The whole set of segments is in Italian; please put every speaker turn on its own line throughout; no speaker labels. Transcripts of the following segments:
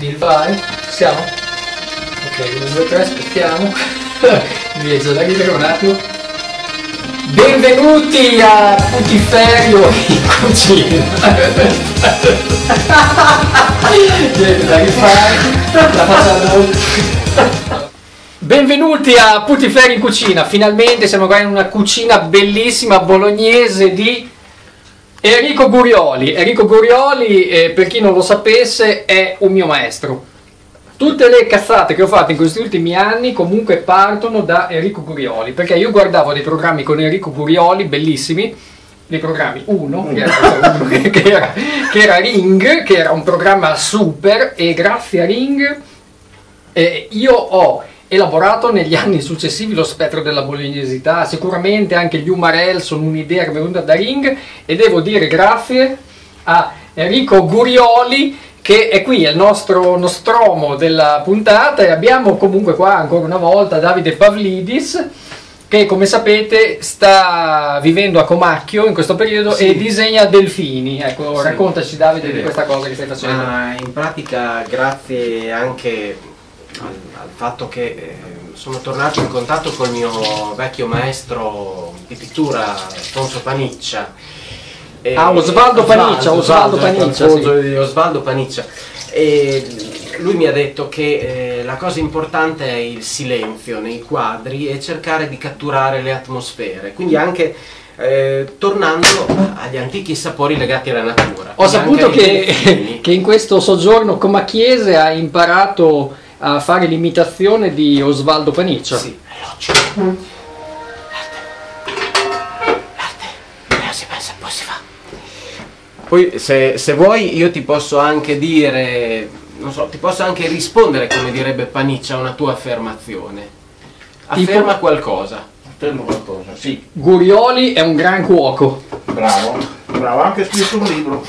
Deal vai, siamo? Ok, 1, 2, 3, aspettiamo. Mi è già da ridere un attimo. Benvenuti a Putiferio in cucina. Niente da rifare, la facciamo. Benvenuti a Putiferio in cucina, finalmente siamo qua in una cucina bellissima bolognese di Enrico Gurioli. Enrico Gurioli, eh, per chi non lo sapesse, è un mio maestro. Tutte le cazzate che ho fatto in questi ultimi anni comunque partono da Enrico Gurioli, perché io guardavo dei programmi con Enrico Gurioli, bellissimi, dei programmi, uno, che era, uno, che era- che era Ring, che era un programma super, e grazie a Ring eh, io ho elaborato negli anni successivi lo spettro della bolognesità, sicuramente anche gli Umarell sono un'idea che è venuta da Ring e devo dire grazie a Enrico Gurioli che è qui, è il nostro nostromo della puntata e abbiamo comunque qua ancora una volta Davide Pavlidis che come sapete sta vivendo a Comacchio in questo periodo
Sì.
e disegna delfini. Ecco,
Sì.
raccontaci Davide
Sì.
di questa cosa che stai facendo.
Ma in pratica grazie anche al, al fatto che eh, sono tornato in contatto col mio vecchio maestro di pittura, Alfonso Paniccia. E-
Ah, Osvaldo Paniccia, Osvaldo
eh,
Paniccia,
Alfonso di Osvaldo Paniccia. E lui mi ha detto che eh, la cosa importante è il silenzio nei quadri e cercare di catturare le atmosfere, quindi anche eh, tornando agli antichi sapori legati alla natura.
Ho
Quindi
saputo
anche ai
che,
delfini.
che in questo soggiorno Comacchiese ha imparato a fare l'imitazione di Osvaldo Paniccia.
Sì, è logico. L'arte. L'arte. Prima si pensa, poi si fa. Poi se, se vuoi io ti posso anche dire, non so, ti posso anche rispondere come direbbe Paniccia a una tua affermazione.
Tipo?
Afferma qualcosa.
Fermo qualcosa, sì,
Gurioli è un gran cuoco.
bravo, bravo, ha anche scritto un libro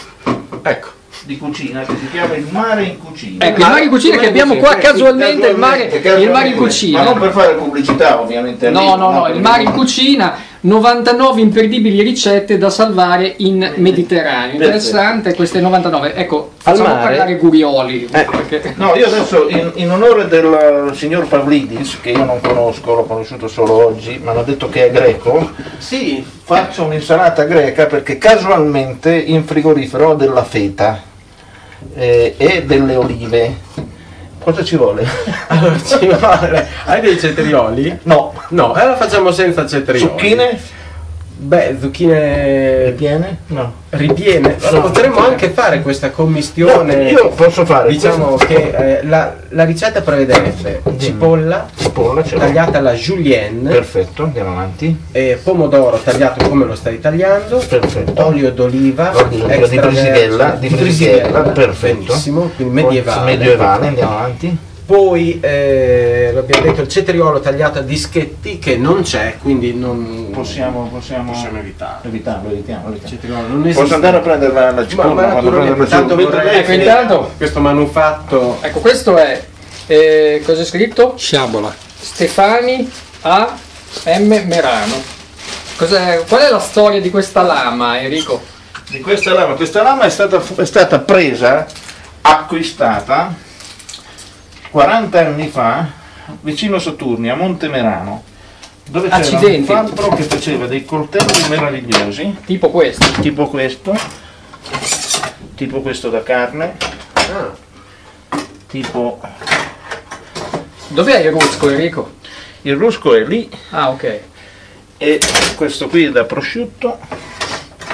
Ecco.
di cucina che si chiama Il mare in cucina. Eh,
Ecco, il mare in cucina che abbiamo qua casualmente, il mare, il mare in
Ma non
cucina.
per fare pubblicità ovviamente. al
No,
libro,
no, no,
per-
il mare in cucina, 99 imperdibili ricette da salvare in Mediterraneo. Interessante queste 99. Ecco, facciamo
mare?
parlare Gurioli.
Eh.
perché-
No, io adesso in, in onore del eh, signor Pavlidis, che io non conosco, l'ho conosciuto solo oggi, ma hanno detto che è greco,
Sì.
faccio un'insalata greca perché casualmente in frigorifero ho della feta eh, e delle olive. Cosa ci vuole?
Allora, ci vuole- Hai dei cetrioli?
No,
No, allora facciamo senza cetrioli.
zucchine?
Beh, zucchine
Eh, Piene? No.
ripiene. Allora, potremmo anche fare questa commistione.
io posso fare
Diciamo che eh, la, la ricetta prevederebbe cipolla
cipolla ce l'ho.
tagliata alla julienne,
Perfetto, andiamo avanti.
eh, pomodoro tagliato come lo stai tagliando,
Perfetto.
olio d'oliva,
Olio d'oliva di
extravergine,
Brisighella, Ah, di Brisighella, perfetto.
Benissimo, quindi medievale.
Medievale, andiamo avanti.
Poi eh, l'abbiamo detto il cetriolo tagliato a dischetti che non c'è, quindi non
Possiamo, possiamo,
possiamo evitarlo.
evitiamo, evitiamo,
Il
evitiamo.
cetriolo non esiste.
Posso andare a prendere la, la
Ma,
cipolla?
ma
Vado a prendere
naturalmente,
la
tanto
cipolla.
vorrei
Ecco,
vedere
intanto-
questo manufatto
Ecco, questo è. eh, cosa è scritto? Sciabola. Stefani A. M. Merano. Cos'è- qual è la storia di questa lama, Enrico?
Di questa lama, questa lama è stata, è stata presa, acquistata 40 anni fa vicino a Saturni, a Montemerano, dove c'era un
Accidenti.
fabbro che faceva dei coltelli meravigliosi
Tipo questo.
tipo questo, tipo questo da carne, tipo...
Dov'è il rusco, Enrico?
Il rusco è lì
Ah, ok.
e questo qui è da prosciutto.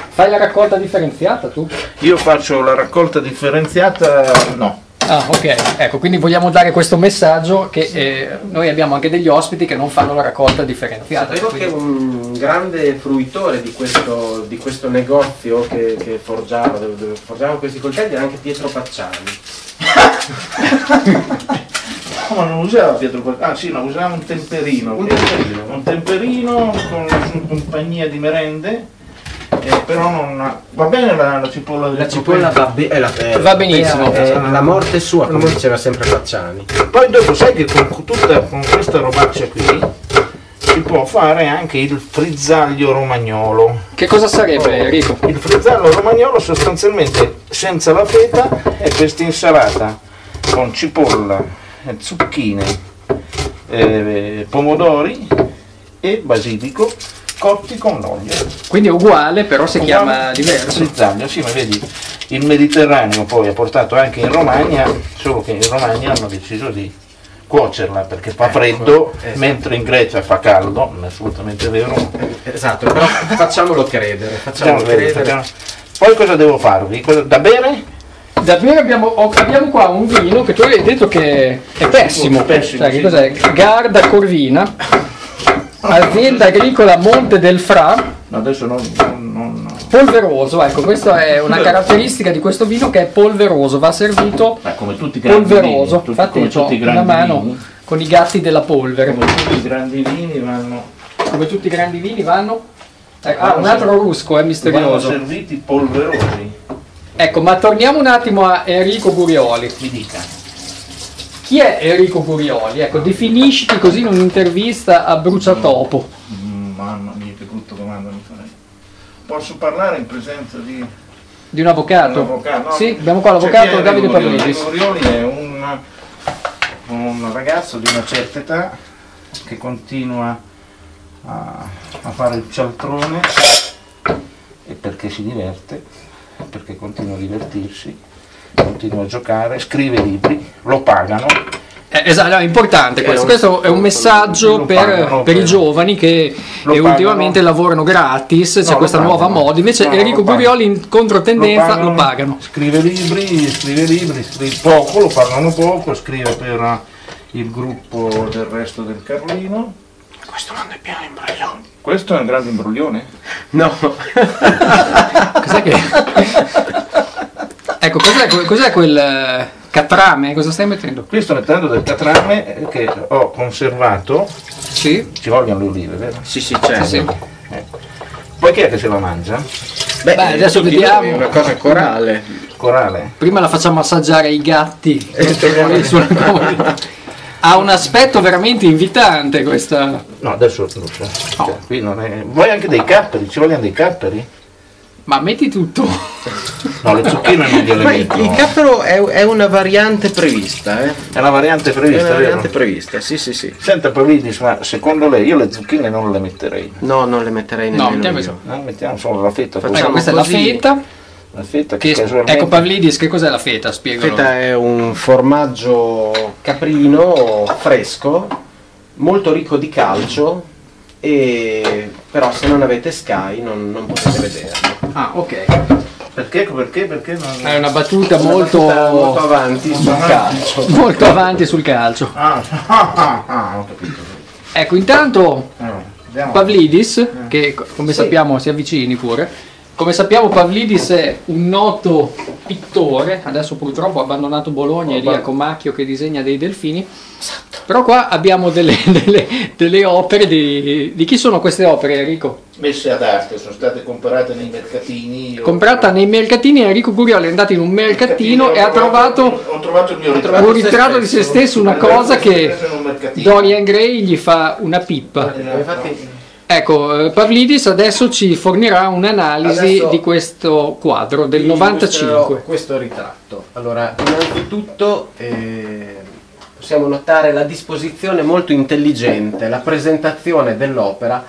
Fai la raccolta differenziata tu?
Io faccio la raccolta differenziata, no.
Ah, ok. Ecco, quindi vogliamo dare questo messaggio che eh, noi abbiamo anche degli ospiti che non fanno la raccolta differenziata.
Sapevo Ah, che
quindi-
un grande fruitore di questo, di questo negozio che, che forgiava, dove, dove forgiava questi coltelli era anche Pietro Pacciani.
No, ma non usava Pietro Quattro- Ah sì, no, usava un temperino.
Un
che-
temperino.
Un temperino con la sua compagnia di merende, eh, però non... ha- Va bene la, la cipolla del
va, bene
Va benissimo.
la morte sua, come diceva sempre Pacciani.
Poi dopo sai che con, tutta, con questa robaccia qui si può fare anche il frizzaglio romagnolo.
Che cosa sarebbe, Enrico?
Il frizzano romagnolo sostanzialmente senza la feta è questa insalata con cipolla, eh, zucchine, eh, pomodori e basilico cotti con l'olio.
Quindi è uguale, però si
Uguale-
chiama diverso.
Frizzagno, sì, ma vedi, il Mediterraneo poi ha portato anche in Romagna, solo che in Romagna hanno deciso di cuocerla perché fa
Ecco,
freddo,
esatto.
mentre in Grecia fa caldo, non è assolutamente vero.
Esatto, però facciamolo credere, facciamolo
Facciamo vedere,
credere.
facciamo- Poi cosa devo farvi? Cosa- Da bere?
Davvero abbiamo, ho- abbiamo qua un vino che tu hai detto che è pessimo.
Pessimo,
Sai che
sì.
cos'è? Garda Corvina, azienda agricola Monte del Fra,
No, adesso non... non- non-
polveroso. Ecco, questa è una caratteristica di questo vino che è polveroso, va servito
Ma come tutti i grandi
polveroso.
vini, tu-
Infatti
come
ho
tutti i
una
grandi
mano
vini,
con i gatti della polvere.
come tutti i grandi vini vanno,
Come tutti i grandi vini vanno... eh, ah,
Vanno
un altro
ser-
rusco, è
vanno
misterioso.
serviti polverosi,
Ecco, ma torniamo un attimo a Enrico Burioli.
mi dica.
Chi è Enrico Burioli? Ecco, definisciti così in un'intervista a Bruciatopo.
Mamma mia, che brutto comando mi farei. Posso parlare in presenza di...
Di un avvocato?
L'avvocato, no?
Sì, abbiamo qua
Cioè,
l'avvocato
chi è
Davide
Enrico Orioli?
Parolidis.
Enrico Orioli è un, un ragazzo di una certa età che continua a, a fare il cialtrone e perché si diverte, perché continua a divertirsi, continua a giocare, scrive libri, lo pagano.
Eh, esatto, no, è importante
È
questo.
un-
questo è un messaggio
lo
per,
pagano,
per i
per-
giovani che
lo
eh,
pagano.
ultimamente lavorano gratis, c'è
lo
questa nuova
pagano.
moda. Invece
No, lo
Enrico
pagano.
Burioli in controtendenza lo pagano.
Scrive libri, scrive libri, scrive poco, lo pagano poco, scrive per eh, il gruppo del resto del Carlino. Questo non è piano imbroglione. Questo è un grande imbroglione?
No,
Cos'è che... ecco, cos'è, que- cos'è quel eh, catrame? Cosa stai mettendo?
Qui sto mettendo del catrame eh, che ho conservato,
Sì,
ci vogliono le olive, vero?
sì, sì, certo.
sì.
Poi chi è che se la mangia?
Beh, adesso
tutti noi,
vediamo.
Una cosa corale.
Corale.
Prima la facciamo assaggiare ai gatti.
Eh,
Sulla coda. ha un aspetto veramente invitante questa.
No, adesso non so. Cioè, qui non è... Vuoi anche dei capperi? Ci vogliono dei capperi?
Ma metti tutto.
No, le zucchine non gliele
Ma il,
metto.
il cappero è, è una variante prevista, eh?
È una variante
È
prevista,
una
vero?
variante prevista, sì, sì, sì.
Senta Pavlidis, ma secondo lei io le zucchine non le metterei?
No, non le metterei
No,
nemmeno
mettiamo
io.
questo.
No, mettiamo solo la fetta,
Facciamo-
Ecco,
così.
questa è la
così.
feta.
la fetta che,
Che,
casualmente...
ecco Pavlidis, che cos'è la feta? Spiegalo.
Feta è un formaggio caprino fresco, molto ricco di calcio, e però se non avete Sky non, non potete vederlo.
Ah, ok.
Perché, ecco perché, perché non...
È una battuta
Una
molto.
battuta molto avanti sul calcio.
molto avanti sul calcio.
Ah, ah, ah, ah, ho capito.
Ecco, intanto
Allora, andiamo.
Eh.
Pavlidis, che co- come
Sì.
sappiamo si avvicini pure. Come sappiamo Pavlidis è un noto pittore, adesso purtroppo ha abbandonato
Oh,
Bologna e lì a Comacchio che disegna dei delfini. Però qua abbiamo delle, delle- delle opere, di, di chi sono queste opere Enrico?
messe ad arte, sono state comprate nei mercatini. io-
Comprata nei mercatini, Enrico Gurioli è andato in un mercatino e ha trovato
Ho trovato il mio
un
ritratto.
ritratto di se stesso, una cosa che
Sono un mercatino.
Dorian Gray gli fa una pippa.
Infatti,
Ecco, eh, Pavlidis adesso ci fornirà un'analisi
Adesso-
di questo quadro del
vi
95.
mostrerò questo ritratto. Allora, innanzitutto eh, possiamo notare la disposizione molto intelligente, la presentazione dell'opera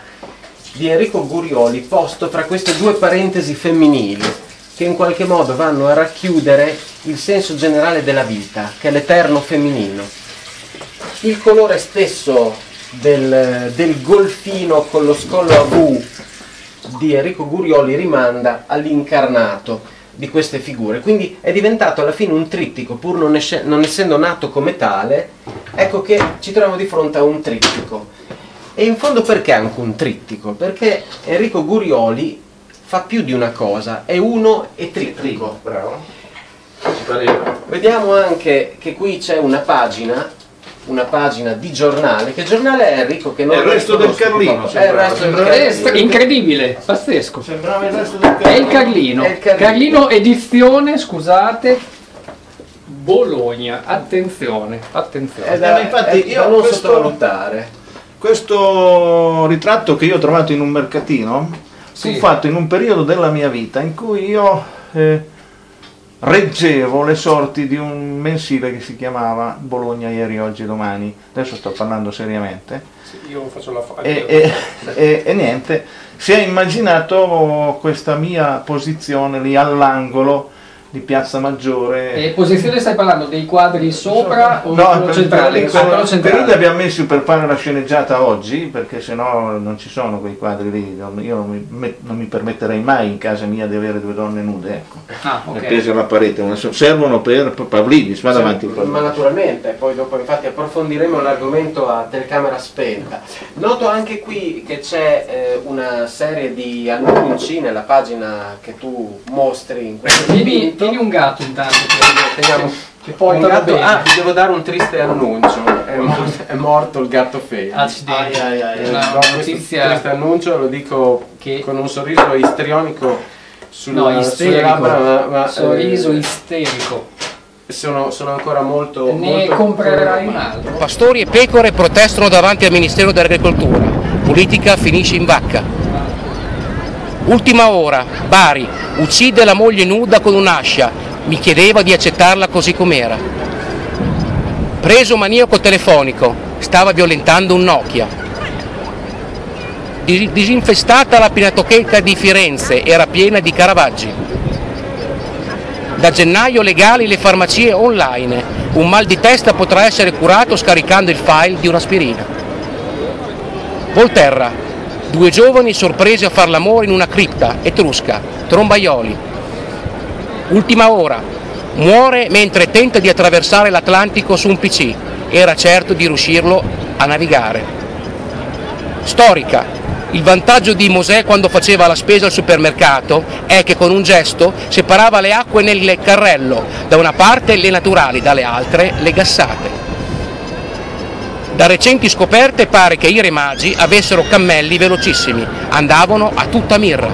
di Enrico Gurioli posto tra queste due parentesi femminili che in qualche modo vanno a racchiudere il senso generale della vita, che è l'eterno femminino. Il colore stesso del, del golfino con lo scollo a V di Enrico Gurioli rimanda all'incarnato di queste figure. Quindi è diventato alla fine un trittico, pur non, esce- non essendo nato come tale, ecco che ci troviamo di fronte a un trittico. E in fondo perché anche un trittico? Perché Enrico Gurioli fa più di una cosa, è uno e trittico.
Bravo. Ci pareva.
Vediamo anche che qui c'è una pagina, una pagina di giornale. Che giornale è Enrico? Che non
È il resto del
conosco
Carlino,
proprio. È il
sembrava,
resto del
È
sembrava.
Carlino.
stra- incredibile, pazzesco.
Sembrava il resto del
È il Carlino.
È il Carlino.
Carlino edizione, scusate, Bologna. Attenzione,
È
attenzione.
da,
Ma infatti
è da
io
non
questo-
sottovalutare.
Questo ritratto che io ho trovato in un mercatino
Sì.
fu fatto in un periodo della mia vita in cui io eh, reggevo le sorti di un mensile che si chiamava Bologna ieri, oggi, domani, adesso sto parlando seriamente,
Io faccio la fa-
eh,
e, e- e- e niente, si è immaginato questa mia posizione lì all'angolo di Piazza Maggiore.
E Eh, posizione stai parlando dei quadri sopra o
No,
quello
per-
centrale?
per-
Ah, quello
per-
centrale.
per lì li abbiamo messi per fare la sceneggiata oggi, perché sennò non ci sono quei quadri lì. non- Io non mi, me- non mi permetterei mai in casa mia di avere due donne nude, ecco.
Ah, ok.
Appese alla parete, una- servono per Pavlidis, va davanti il
Ma
Pavlidis.
naturalmente, poi dopo infatti approfondiremo l'argomento a telecamera spenta. Noto anche qui che c'è eh, una serie di annunci nella pagina che tu mostri in questo
Tieni,
dipinto.
tieni un gatto intanto. che-
Teniamo-
Che portano
un gatto-
bene.
Ah, vi devo dare un triste annuncio. È morto, è morto il gatto Fede.
Accidenti.
Ai, ai, ai.
È una
no, questo-
notizia
Questo annuncio lo dico
Che-
con un sorriso istrionico sulla,
No,
sulle
isterico.
labbra, ma, ma, eh,
Sorriso isterico.
sono, sono ancora molto...
Ne
molto-
comprerai un altro.
Pastori e pecore protestano davanti al Ministero dell'Agricoltura. Politica finisce in vacca. Ultima ora, Bari uccide la moglie nuda con un'ascia. Mi chiedeva di accettarla così com'era. Preso maniaco telefonico, stava violentando un Nokia. Dis- disinfestata la pinatoteca di Firenze, era piena di Caravaggi. Da gennaio legali le farmacie online. Un mal di testa potrà essere curato scaricando il file di un'aspirina. Volterra. Due giovani sorpresi a far l'amore in una cripta etrusca. Trombaioli. Ultima ora. Muore mentre tenta di attraversare l'Atlantico su un PC. Era certo di riuscirlo a navigare. Storica. Il vantaggio di Mosè quando faceva la spesa al supermercato è che con un gesto separava le acque nel carrello, da una parte le naturali, dalle altre le gassate. Da recenti scoperte pare che i re magi avessero cammelli velocissimi, andavano a tutta mirra.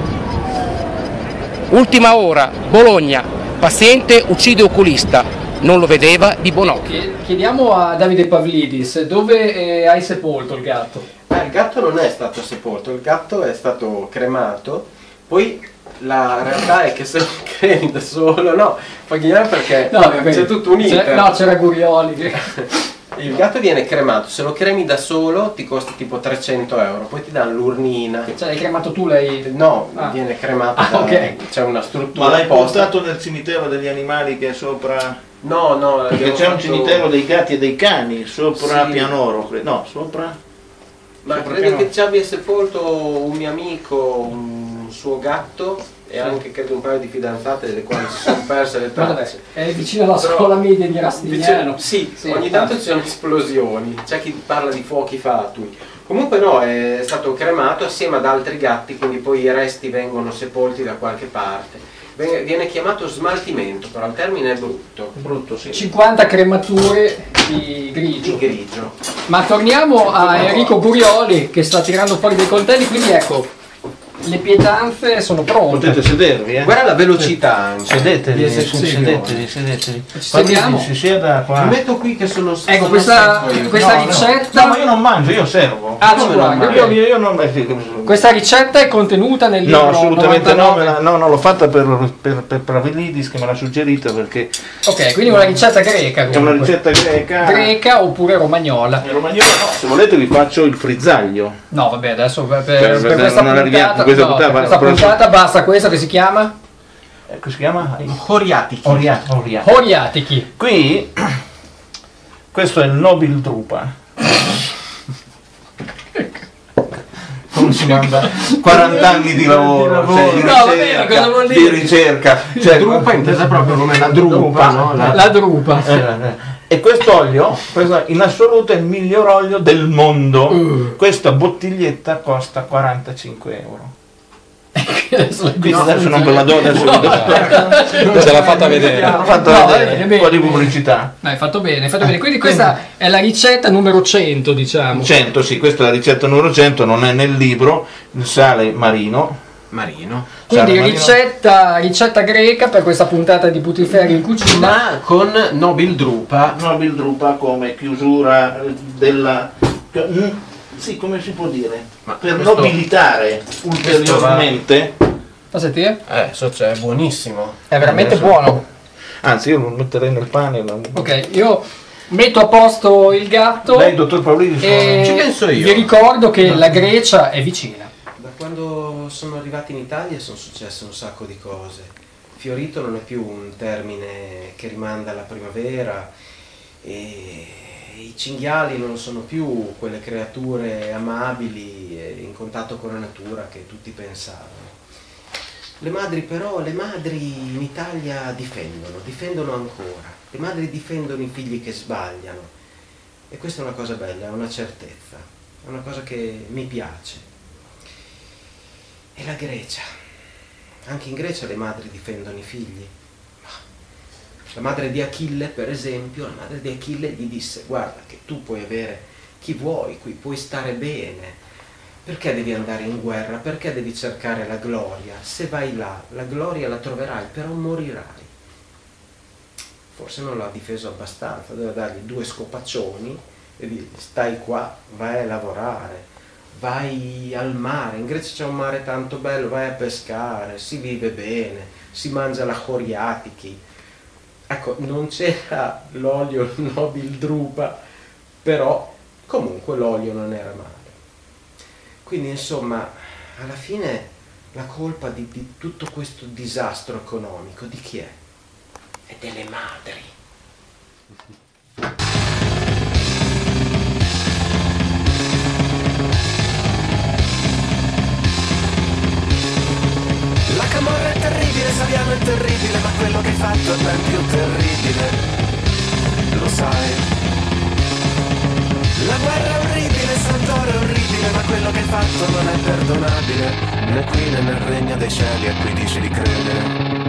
Ultima ora, Bologna, paziente uccide oculista, non lo vedeva di Bonocchi.
Chie- Chiediamo a Davide Pavlidis dove eh, hai sepolto il gatto.
Ah, il gatto non è stato sepolto, il gatto è stato cremato, poi la realtà è che se lo cremi da solo, no, Paghiniano perché c'è tutto un
C'è-
iter.
Cioè, No, c'era Gurioli. che-
Il gatto viene cremato, se lo cremi da solo ti costa tipo 300 euro, poi ti danno l'urnina.
Cioè, hai cremato tu lei.
No,
Ah.
viene cremato,
Ah,
da-
ok.
c'è una
Ma
struttura
l'hai
apposta.
portato nel cimitero degli animali che è sopra...
No, no,
Perché
abbiamo
c'è un
fatto-
cimitero dei gatti e dei cani sopra
Sì.
Pianoro, cre- no, sopra...
Ma
Sopra
credo
Pianoro.
che ci abbia sepolto un mio amico, un suo gatto e anche credo un paio di fidanzate delle quali si sono perse le
Guarda,
tracce.
è vicino alla
Però-
scuola media di
Dice-
Rastignano.
sì, ogni tanto ci sono esplosioni, c'è chi parla di fuochi fatui. Comunque no, è stato cremato assieme ad altri gatti, quindi poi i resti vengono sepolti da qualche parte. Ven- Viene chiamato smaltimento, però il termine è brutto,
Brutto, sì.
50 cremature di grigio.
di grigio.
Ma torniamo a Enrico Gurioli che sta tirando fuori dei coltelli, quindi ecco, le pietanze sono pronte.
Potete sedervi, eh?
Guarda la velocità anche. di esecuzione.
sedetevi.
Ci sediamo.
Si sieda
Ti
qua.
metto qui che sono
Ecco,
sono
questa,
secco io.
questa
No, no.
ricetta...
No, ma io non mangio, io servo.
Ah, ci
Come
guarda.
non mangio?
Io, io, io non... eh, sì, come-
Questa ricetta è contenuta nel libro
No, assolutamente no,
99.
me la- no, no, l'ho fatta per, per, per Pravilidis che me l'ha suggerita perché
Ok, quindi una ricetta greca.
è una
comunque.
ricetta greca.
greca oppure romagnola.
In romagnola no, se volete vi faccio il frizzaglio.
No, vabbè, adesso per,
Per-
per, per
Cioè, per-
questa
non arriviamo,
puntata,
questa
no,
puntata
per
va-
questa
prossima.
puntata basta questa che si chiama
Ecco, si chiama
Coriatici.
Oriato. Oriato.
Horiatichi.
Qui, questo è il Nobil Drupa. Come si manda? 40 anni di lavoro,
lavoro.
cioè, di,
No,
ricerca,
va bene, cosa vuol dire?
di ricerca. Cioè,
Drupa è intesa proprio come la drupa, no? La-
La drupa.
Eh, E quest'olio, questo in assoluto è il miglior olio del mondo.
Mm.
Questa bottiglietta costa 45 euro.
Adesso la-
Quindi adesso non ve la do, adesso vi do-
Ce l'ha fatta vedere.
ho fatto
No,
vedere
bene,
un po' di
bene.
pubblicità.
No, hai fatto bene, hai fatto bene. Quindi questa è la ricetta numero 100, diciamo.
100, sì, questa è la ricetta numero 100, non è nel libro, il sale marino.
Marino.
Quindi
Sale marino.
ricetta, ricetta greca per questa puntata di Putiferri in cucina.
Ma con Nobil Drupa
Nobil drupa come chiusura della... mm, Sì, come si può dire?
Ma
per
questo-
nobilitare ulteriormente
Fa sentire?
Eh, so, cioè, è buonissimo.
È veramente
Adesso-
buono.
Anzi, io lo metterei nel pane. la-
Ok, io metto a posto il gatto.
Lei, dottor Paolini,
e
Ci penso io.
Vi ricordo che la Grecia è vicina.
Da quando sono arrivati in Italia sono successe un sacco di cose. Fiorito non è più un termine che rimanda alla primavera e i cinghiali non sono più quelle creature amabili e in contatto con la natura che tutti pensavano. Le madri però, le madri in Italia difendono, difendono ancora. Le madri difendono i figli che sbagliano. E questa è una cosa bella, è una certezza, è una cosa che mi piace. E la Grecia. Anche in Grecia le madri difendono i figli. Ma La madre di Achille, per esempio, la madre di Achille gli disse, guarda che tu puoi avere chi vuoi, qui puoi stare bene. Perché devi andare in guerra? Perché devi cercare la gloria? Se vai là, la gloria la troverai, però morirai. Forse non l'ha difeso abbastanza, doveva dargli due scopaccioni e dirgli stai qua, vai a lavorare, vai al mare, in Grecia c'è un mare tanto bello, vai a pescare, si vive bene, si mangia la coriatichi. Ecco, non c'era l'olio nobil drupa, però comunque l'olio non era male. Quindi insomma, alla fine la colpa di, di tutto questo disastro economico di chi è? È delle madri.
La camorra è terribile, Saviano è terribile, ma quello che hai fatto è ben più terribile. Lo sai. La guerra è orribile, Santoro è orribile, ma quello che hai fatto non è perdonabile. Né qui né nel regno dei cieli a cui dici di credere.